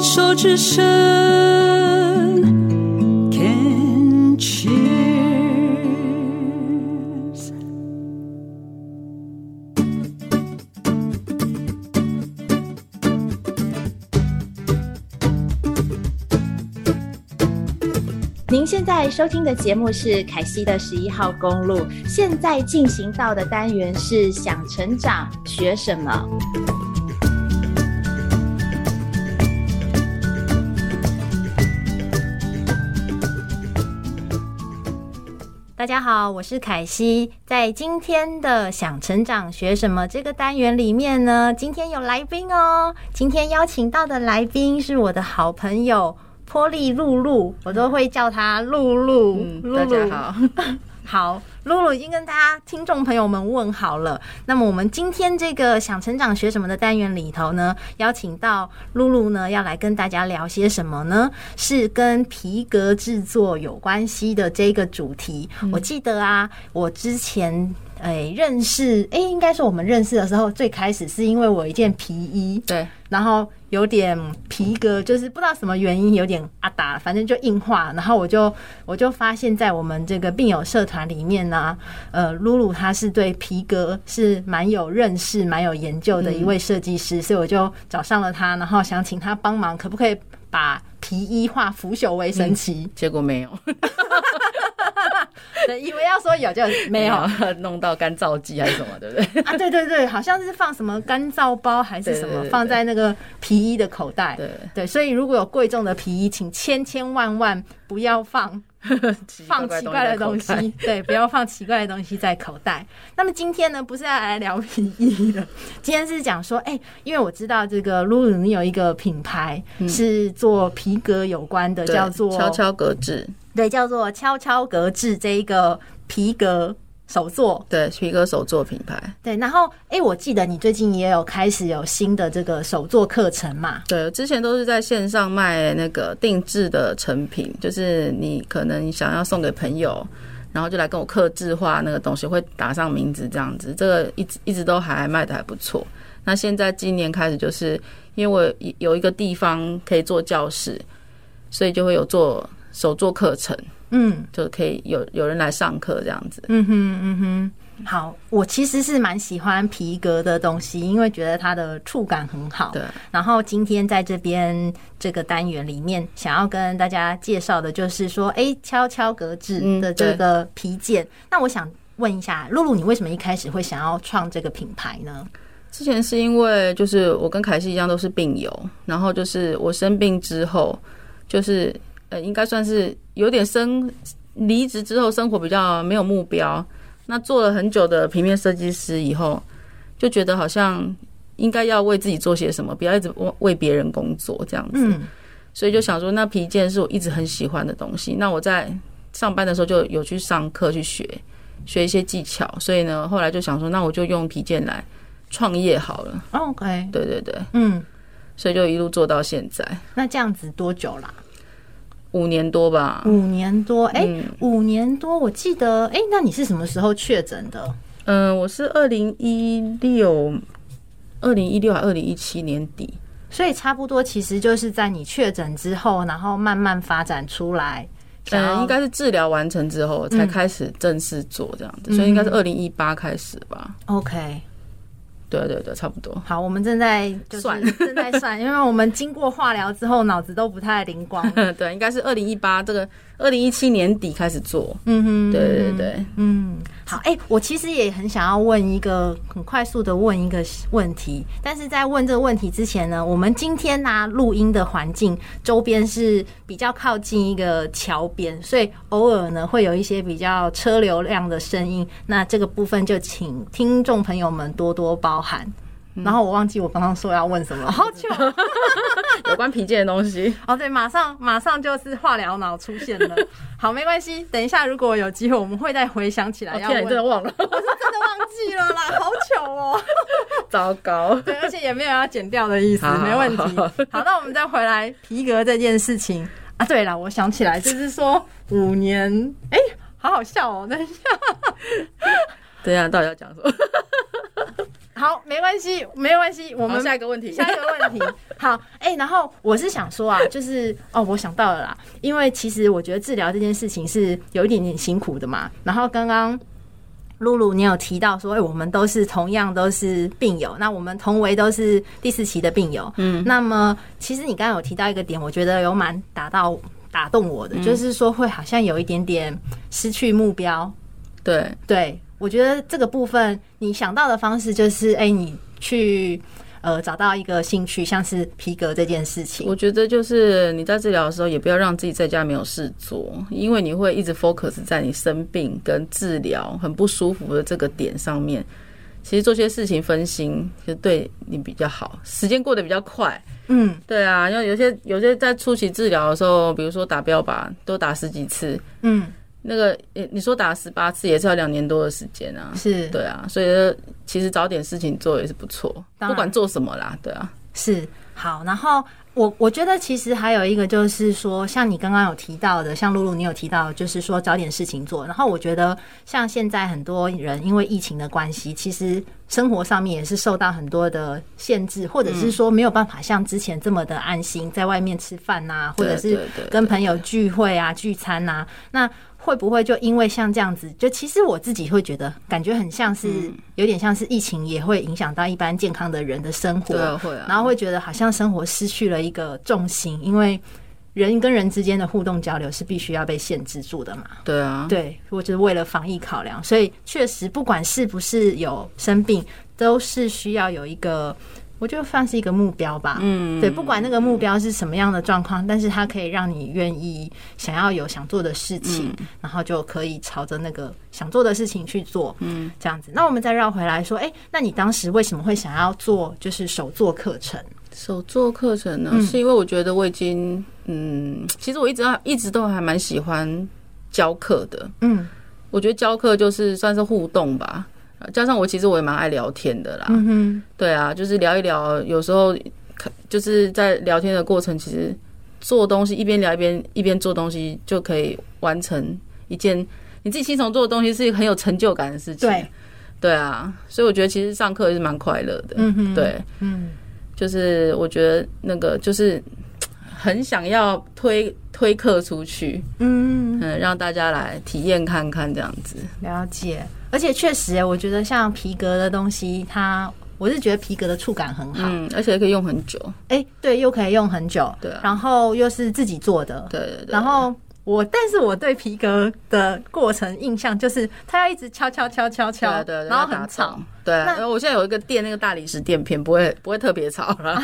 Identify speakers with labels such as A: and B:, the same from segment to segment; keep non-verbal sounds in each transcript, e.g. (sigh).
A: 手之声，Can cheers。
B: 您现在收听的节目是凯西的十一号公路，现在进行到的单元是想成长学什么。大家好，我是凯西。在今天的“想成长学什么”这个单元里面呢，今天有来宾哦。今天邀请到的来宾是我的好朋友波利露露，我都会叫她露露。露
C: 嗯大
B: 露
C: 家好，
B: 好，露露已经跟大家听众朋友们问好了。那么我们今天这个想成长学什么的单元里头呢，邀请到露露呢，要来跟大家聊些什么呢？是跟皮革制作有关系的这个主题。我记得啊，我之前。哎，认识哎，应该说我们认识的时候，最开始是因为我一件皮衣，
C: 对，
B: 然后有点皮革，就是不知道什么原因有点阿达，反正就硬化。然后我就我就发现，在我们这个病友社团里面呢、呃，露露她是对皮革是蛮有认识、蛮有研究的一位设计师，所以我就找上了她，然后想请她帮忙，可不可以把皮衣化腐朽为神奇？
C: 结果没有，
B: 对，以为要说有就没有啊，
C: 弄到干燥剂还是什么，对不
B: (laughs)
C: 对？
B: 对对对，好像是放什么干燥包还是什
C: 对对
B: 么
C: 对对
B: 放在那个皮衣的口袋。
C: 对，
B: 对，所以如果有贵重的皮衣，请千千万万不要放放奇怪的东西， (laughs) 对，不要放奇怪的东西在口袋。那么今天呢，不是要来聊皮衣
C: (laughs)
B: 的，今天是讲说，哎、因为我知道这个露露你有一个品牌、是做皮革有关的，
C: 嗯对
B: 叫做
C: 悄悄格致，
B: 对，叫做悄悄格致这一个皮革手作。
C: 对，皮革手作品牌，
B: 对，然后哎、我记得你最近也有开始有新的这个手作课程嘛？
C: 对，之前都是在线上卖那个定制的成品，就是你可能想要送给朋友，然后就来跟我刻制化那个东西，会打上名字这样子。这个一直一直都还卖的还不错。那现在今年开始，就是因为我有有一个地方可以做教室，所以就会有做手作课程，
B: 嗯。
C: 就可以有有人来上课这样子。
B: 嗯哼，嗯哼，好，我其实是蛮喜欢皮革的东西，因为觉得它的触感很好。
C: 对，
B: 然后今天在这边这个单元里面，想要跟大家介绍的就是说，哎、悄悄格子
C: 嗯
B: 的这个皮件。那我想问一下，露露，你为什么一开始会想要创这个品牌呢？
C: 之前是因为就是我跟凯西一样都是病友，然后就是我生病之后，就是呃应该算是有点生离职之后生活比较没有目标，那做了很久的平面设计师以后，就觉得好像应该要为自己做些什么，不要一直为为别人工作这样子，
B: 嗯
C: 所以就想说那皮件是我一直很喜欢的东西，那我在上班的时候就有去上课去学学一些技巧，所以呢后来就想说那我就用皮件来创业好了。
B: ，OK，
C: 对对对，
B: 嗯，
C: 所以就一路做到现在
B: 那这样子多久啦？
C: 五年多吧。
B: 五年多，哎、
C: 啊嗯
B: 五年多，我记得，哎、那你是什么时候确诊的？
C: 嗯、我是二零一六、二零一六还二零一七年底，
B: 所以差不多其实就是在你确诊之后，然后慢慢发展出来。想
C: 嗯、
B: 要
C: 应该是治疗完成之后才开始正式做这样
B: 嗯
C: 子，所以应该是二零一八开始吧。
B: OK，
C: 对对对，差不多。 (laughs)
B: 好，我们正在就是
C: 算
B: 正在算，因为我们经过化疗之后，脑子都不太灵光。
C: 对，应该是二零一八这个二零一七年底开始做。
B: 嗯哼，
C: 对对对，
B: 嗯，好，哎、我其实也很想要问一个很快速的问一个问题，但是在问这个问题之前呢，我们今天呢、录音的环境周边是比较靠近一个桥边，所以偶尔呢会有一些比较车流量的声音，那这个部分就请听众朋友们多多包涵。然后我忘记我刚刚说要问什么了，好久哦
C: 有关皮件的东西。
B: 哦，对，马上马上就是化疗脑出现了。好，没关系，等一下如果有机会，我们会再回想起来
C: 哦天
B: 要
C: 啊，
B: 问。
C: 你真的忘了， (laughs)
B: 我是真的忘记了啦，好糗哦、
C: 糟糕。
B: (laughs) 对，而且也没有要剪掉的意思，
C: 好
B: 没问题。
C: 好
B: 好，那我们再回来皮革这件事情啊。对了，我想起来，就是说五年，哎、好好笑哦、等一下，
C: 等一下，到底要讲什么？
B: 好，没关系，没关系，我
C: 我
B: 们
C: 们下一个问题，
B: 下一个问
C: (laughs)
B: 题，好，哎、然后我是想说啊，就是哦，我想到了啦，因为其实我觉得治疗这件事情是有一点点辛苦的嘛。然后刚刚露露你有提到说，哎、我们都是同样都是病友，那我们同为都是第四期的病友，嗯，那么其实你刚刚有提到一个点，我觉得有蛮打到打动我
C: 嗯
B: 的，就是说会好像有一点点失去目标，
C: (laughs) 对
B: 对，我觉得这个部分你想到的方式就是，哎、你去呃找到一个兴趣，像是皮革这件事情。
C: 我觉得就是你在治疗的时候，也不要让自己在家没有事做，因为你会一直 focus 在你生病跟治疗很不舒服的这个点上面。其实做些事情分心，就对你比较好，时间过得比较快。
B: 嗯，
C: 对啊，因为有些有些在初期治疗的时候，比如说打标靶，都打十几次，
B: 嗯，
C: 那个你你说打十八次也是要两年多的时间啊。
B: 是，
C: 对啊，所以其实找点事情做也是不错，
B: 当然
C: 不管做什么啦，对啊。
B: 是好。然后我我觉得其实还有一个就是说，像你刚刚有提到的，像露露你有提到，就是说找点事情做。然后我觉得像现在很多人因为疫情的关系，其实生活上面也是受到很多的限制，或者是
C: 嗯
B: 说没有办法像之前这么的安心在外面吃饭呐、或者
C: 对
B: 是
C: 对对
B: 跟朋友聚会啊、聚餐呐、那会不会就因为像这样子，就其实我自己会觉得，感觉很像是、
C: 嗯
B: 有点像是疫情也会影响到一般健康的人的生活，
C: 对啊会啊
B: 然后会觉得好像生活失去了一个重心，因为人跟人之间的互动交流是必须要被限制住的嘛。
C: 对啊，
B: 对，我就是为了防疫考量，所以确实不管是不是有生病，都是需要有一个，我觉得算是一个目标吧。嗯，对，不管那个目标是什么样的状况，但是它可以让你愿意想要有想做的事情，然后就可以朝着那个想做的事情去做。嗯，这样子。那我们再绕回来说，哎、那你当时为什么会想要做就是手作课程？
C: 手作课程呢，
B: 嗯
C: 是因为我觉得我已经，嗯，其实我一直一直都还蛮喜欢教课的。
B: 嗯
C: 我觉得教课就是算是互动吧，呃加上我其实我也蛮爱聊天的啦。
B: 嗯哼，
C: 对啊，就是聊一聊，有时候可就是在聊天的过程，其实做东西一边聊一边一边做东西，就可以完成一件你自己亲手做的东西，是一个很有成就感的事情。
B: 对，
C: 对啊，所以我觉得其实上课也是蛮快乐的。
B: 嗯哼
C: 对，
B: 嗯，
C: 就是我觉得那个就是很想要推推课出去，
B: 嗯。
C: 嗯，让大家来体验看看这样子。
B: 了解，而且确实欸，我觉得像皮革的东西，它我是觉得皮革的触感很好，
C: 嗯，而且可以用很久。
B: 哎、对，又可以用很久，
C: 对啊
B: 然后又是自己做的，
C: 对对啊对。
B: 然后。我，但是我对皮革的过程印象就是，它要一直敲敲敲敲
C: 对
B: 敲，
C: 啊对啊，对啊
B: 然后
C: 要打
B: 很
C: 造
B: 吵。
C: 对啊，
B: 那
C: 然后我现在有一个店，那个大理石垫片不会不会特别吵
B: 啊
C: 了。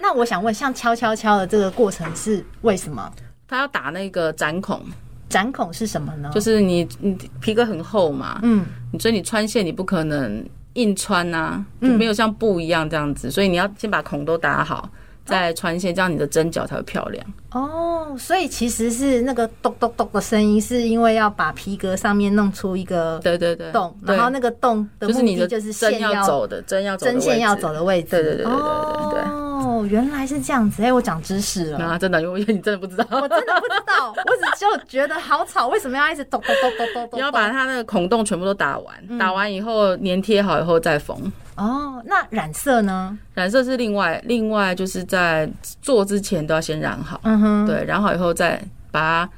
B: 那我想问，像敲敲敲的这个过程是为什么？
C: 它要打那个展孔，
B: 展孔是什么呢？
C: 就是是你你皮革很厚嘛，
B: 嗯，
C: 你所以你穿线你不可能硬穿呐、
B: 嗯
C: 就没有像布一样这样子，所以你要先把孔都打好，再穿线，这样你的针脚才会漂亮。
B: 哦，所以其实是那个咚咚咚的声音，是因为要把皮革上面弄出一个
C: 对对对，
B: 洞，
C: 对
B: 然后那个洞的
C: 就是
B: 目
C: 你
B: 的
C: 的
B: 就是
C: 针
B: 线
C: 要
B: 要
C: 走的，针要走的
B: 针线要
C: 位置
B: 走的位置。
C: 对对对对对对对
B: 哦，原来是这样子，哎、我长知识
C: (laughs)
B: 了。
C: 啊，真的，因为你真的不知道，
B: 我真的不知道，我只就觉得好吵，为什么要一直咚咚咚咚咚
C: (laughs) 你
B: 咚？
C: 要把它那个孔洞全部都打
B: 嗯
C: 完，打完以后粘贴好以后再缝。
B: 哦，那染色呢？
C: 染色是另外，另外就是在做之前都要先染好，
B: 嗯哼，
C: 对，染好以后再把它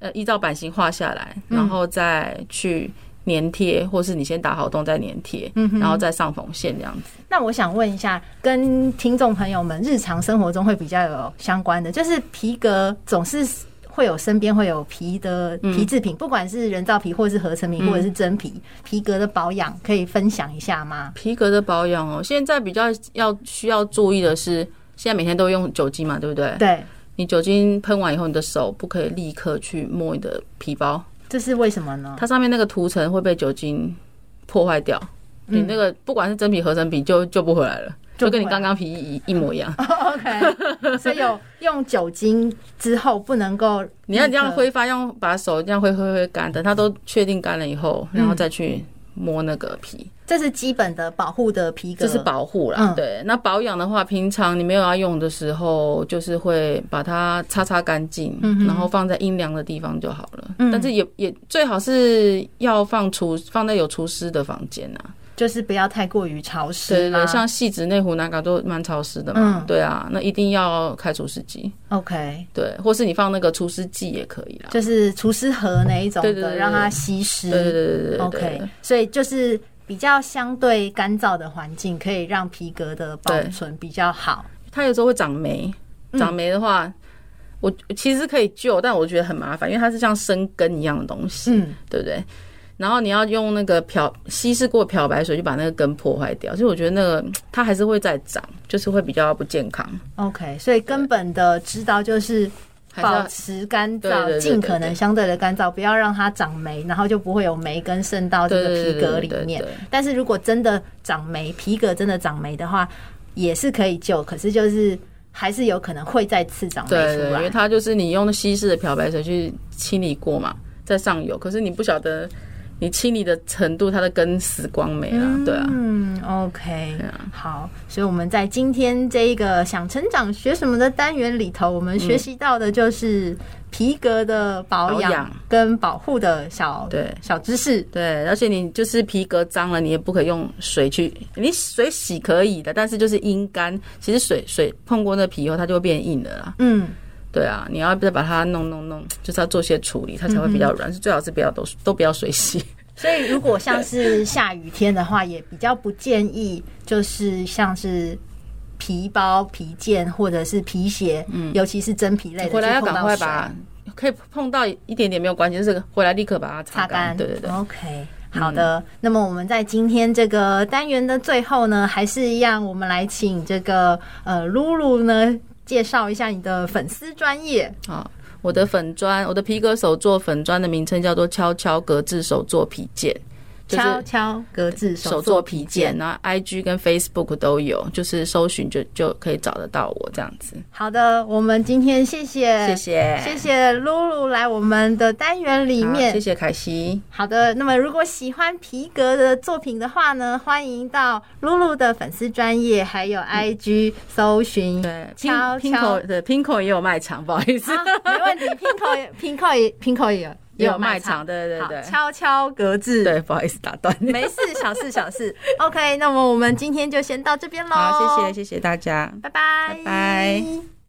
C: 呃依照版型画下来，
B: 嗯
C: 然后再去粘贴，或是你先打好洞再粘贴，
B: 嗯
C: 然后再上缝线这样子。
B: 那我想问一下，跟听众朋友们日常生活中会比较有相关的，就是皮革总是。会有身边会有皮的
C: 嗯
B: 皮制品，不管是人造皮或是合成皮或者是真皮，皮革的保养可以分享一下吗？
C: 皮革的保养哦，现在比较要需要注意的是，现在每天都用酒精嘛，对不对？
B: 对，
C: 你酒精喷完以后，你的手不可以立刻去摸你的皮包，
B: 这是为什么呢？
C: 它上面那个涂层会被酒精破坏掉。你那个不管是真皮合成皮就救不回来
B: 嗯
C: 了，
B: 救不回来嗯
C: 就跟你刚刚皮一一模一样。
B: (laughs) OK，所以有用酒精之后不能够，
C: 你要这样，挥
B: 嗯
C: 发，用把手这样挥挥挥干，等它都确定干了以后，然
B: 嗯
C: 后再去摸那个皮，
B: 这是基本的保护的皮革，
C: 这是保护啦。
B: 嗯
C: 对，那保养的话，平常你没有要用的时候，就是会把它擦擦干净，
B: 嗯
C: 然后放在阴凉的地方就好了。但是也也最好是要放除放在有除湿的房间啊。
B: 就是不要太过于潮湿
C: 对对
B: 啦
C: 对，像细子内湖、南港都蛮潮湿的嘛。
B: 啊嗯
C: 对啊，那一定要开除湿机，
B: OK，
C: 对，或是你放那个除湿剂也可以啦。
B: 就是除湿盒那一种
C: 对对对
B: 的，
C: 对
B: 让它吸湿。
C: 对对对对对对
B: OK，所以就是比较相对干燥的环境，可以让皮革的保存比较好。
C: 它有时候会长霉，
B: 嗯
C: 长霉的话，我其实可以救，但我觉得很麻烦，因为它是像生根一样的东西，
B: 嗯
C: 对不对？然后你要用那个漂稀释过漂白水去把那个根破坏掉，所以我觉得那个它还是会再长，就是会比较不健康，
B: ，OK，所以根本的知道就是。
C: 还是
B: 保
C: 要
B: 持干
C: 对对对
B: 燥，
C: 对
B: 尽可
C: 对
B: 能相对的干燥，不要让它长霉，然后就不会有霉根渗到这
C: 对
B: 个
C: 对对
B: 皮革
C: 对
B: 里
C: 对
B: 面
C: 对。对
B: 但是如果真的长霉，皮革真的长霉的话，也是可以救，可是就是还是有可能会再次长霉
C: 对
B: 出
C: 对，因为
B: 来。
C: 它就是你用稀释的漂白水去清理过嘛，在上游，可是你不晓得你清理的程度，它的根死光没了，对啊。
B: 嗯，OK，
C: 对啊
B: 好，所以我们在今天这一个想成长学什么的单元里头，我们学习到的就是皮革的保
C: 保
B: 养
C: 养
B: 跟保护的小
C: 对
B: 小知识。
C: 对，而且你就是皮革脏了，你也不可以用水去，你水洗可以的，但是就是阴干，其实水水碰过那皮以后，它就会变硬了啦。
B: 嗯，
C: 对啊，你要再把它弄弄弄，就是要做些处理，它才会比较软。是最好是不要都都不要水洗。
B: 所以如果像是下雨天的话，也比较不建议，就是像是。皮包、皮件或者是皮鞋，尤其是真皮类的，
C: 嗯回来要
B: 去碰
C: 赶
B: 到
C: 快
B: 水
C: 把，哎可以碰到一点点没有关系，就是回来立刻把它
B: 擦干。
C: 干。哦对对对。嗯
B: OK，好的。那么我们在今天这个单元的最后呢，还是一样，我们来请这个呃露露呢介绍一下你的粉丝专业。
C: 好，我的粉砖，我的皮革手作粉砖的名称叫做“悄悄格制手作皮件”，就是
B: 悄悄格子手
C: 手作
B: 作
C: 皮
B: 皮
C: 件，
B: 件。
C: 然后 IG 跟 Facebook 都有，就是搜寻就就可以找得到我这样子。
B: 好的，我们今天谢谢
C: 谢谢，
B: 谢谢露露来我们的单元里
C: 好
B: 面
C: 谢。谢凯西，
B: 好的，那么如果喜欢皮革的作品的话呢，欢迎到露露的粉丝专业还有 IG 搜寻
C: 嗯对
B: 悄悄
C: ，Pinko 对 Pinko 也有卖场，不好意思，
B: 啊，没问题。Pinko
C: (laughs)
B: 也 Pinko 也 Pinko 也有
C: 也有卖场，对对
B: 好，
C: 对对，
B: 悄悄格子，
C: 对，不好意思打断你。
B: 没事，小事小事。OK，那么我们今天就先到这边喽。
C: 好，谢谢，，谢谢大家。
B: 拜拜，
C: 拜拜。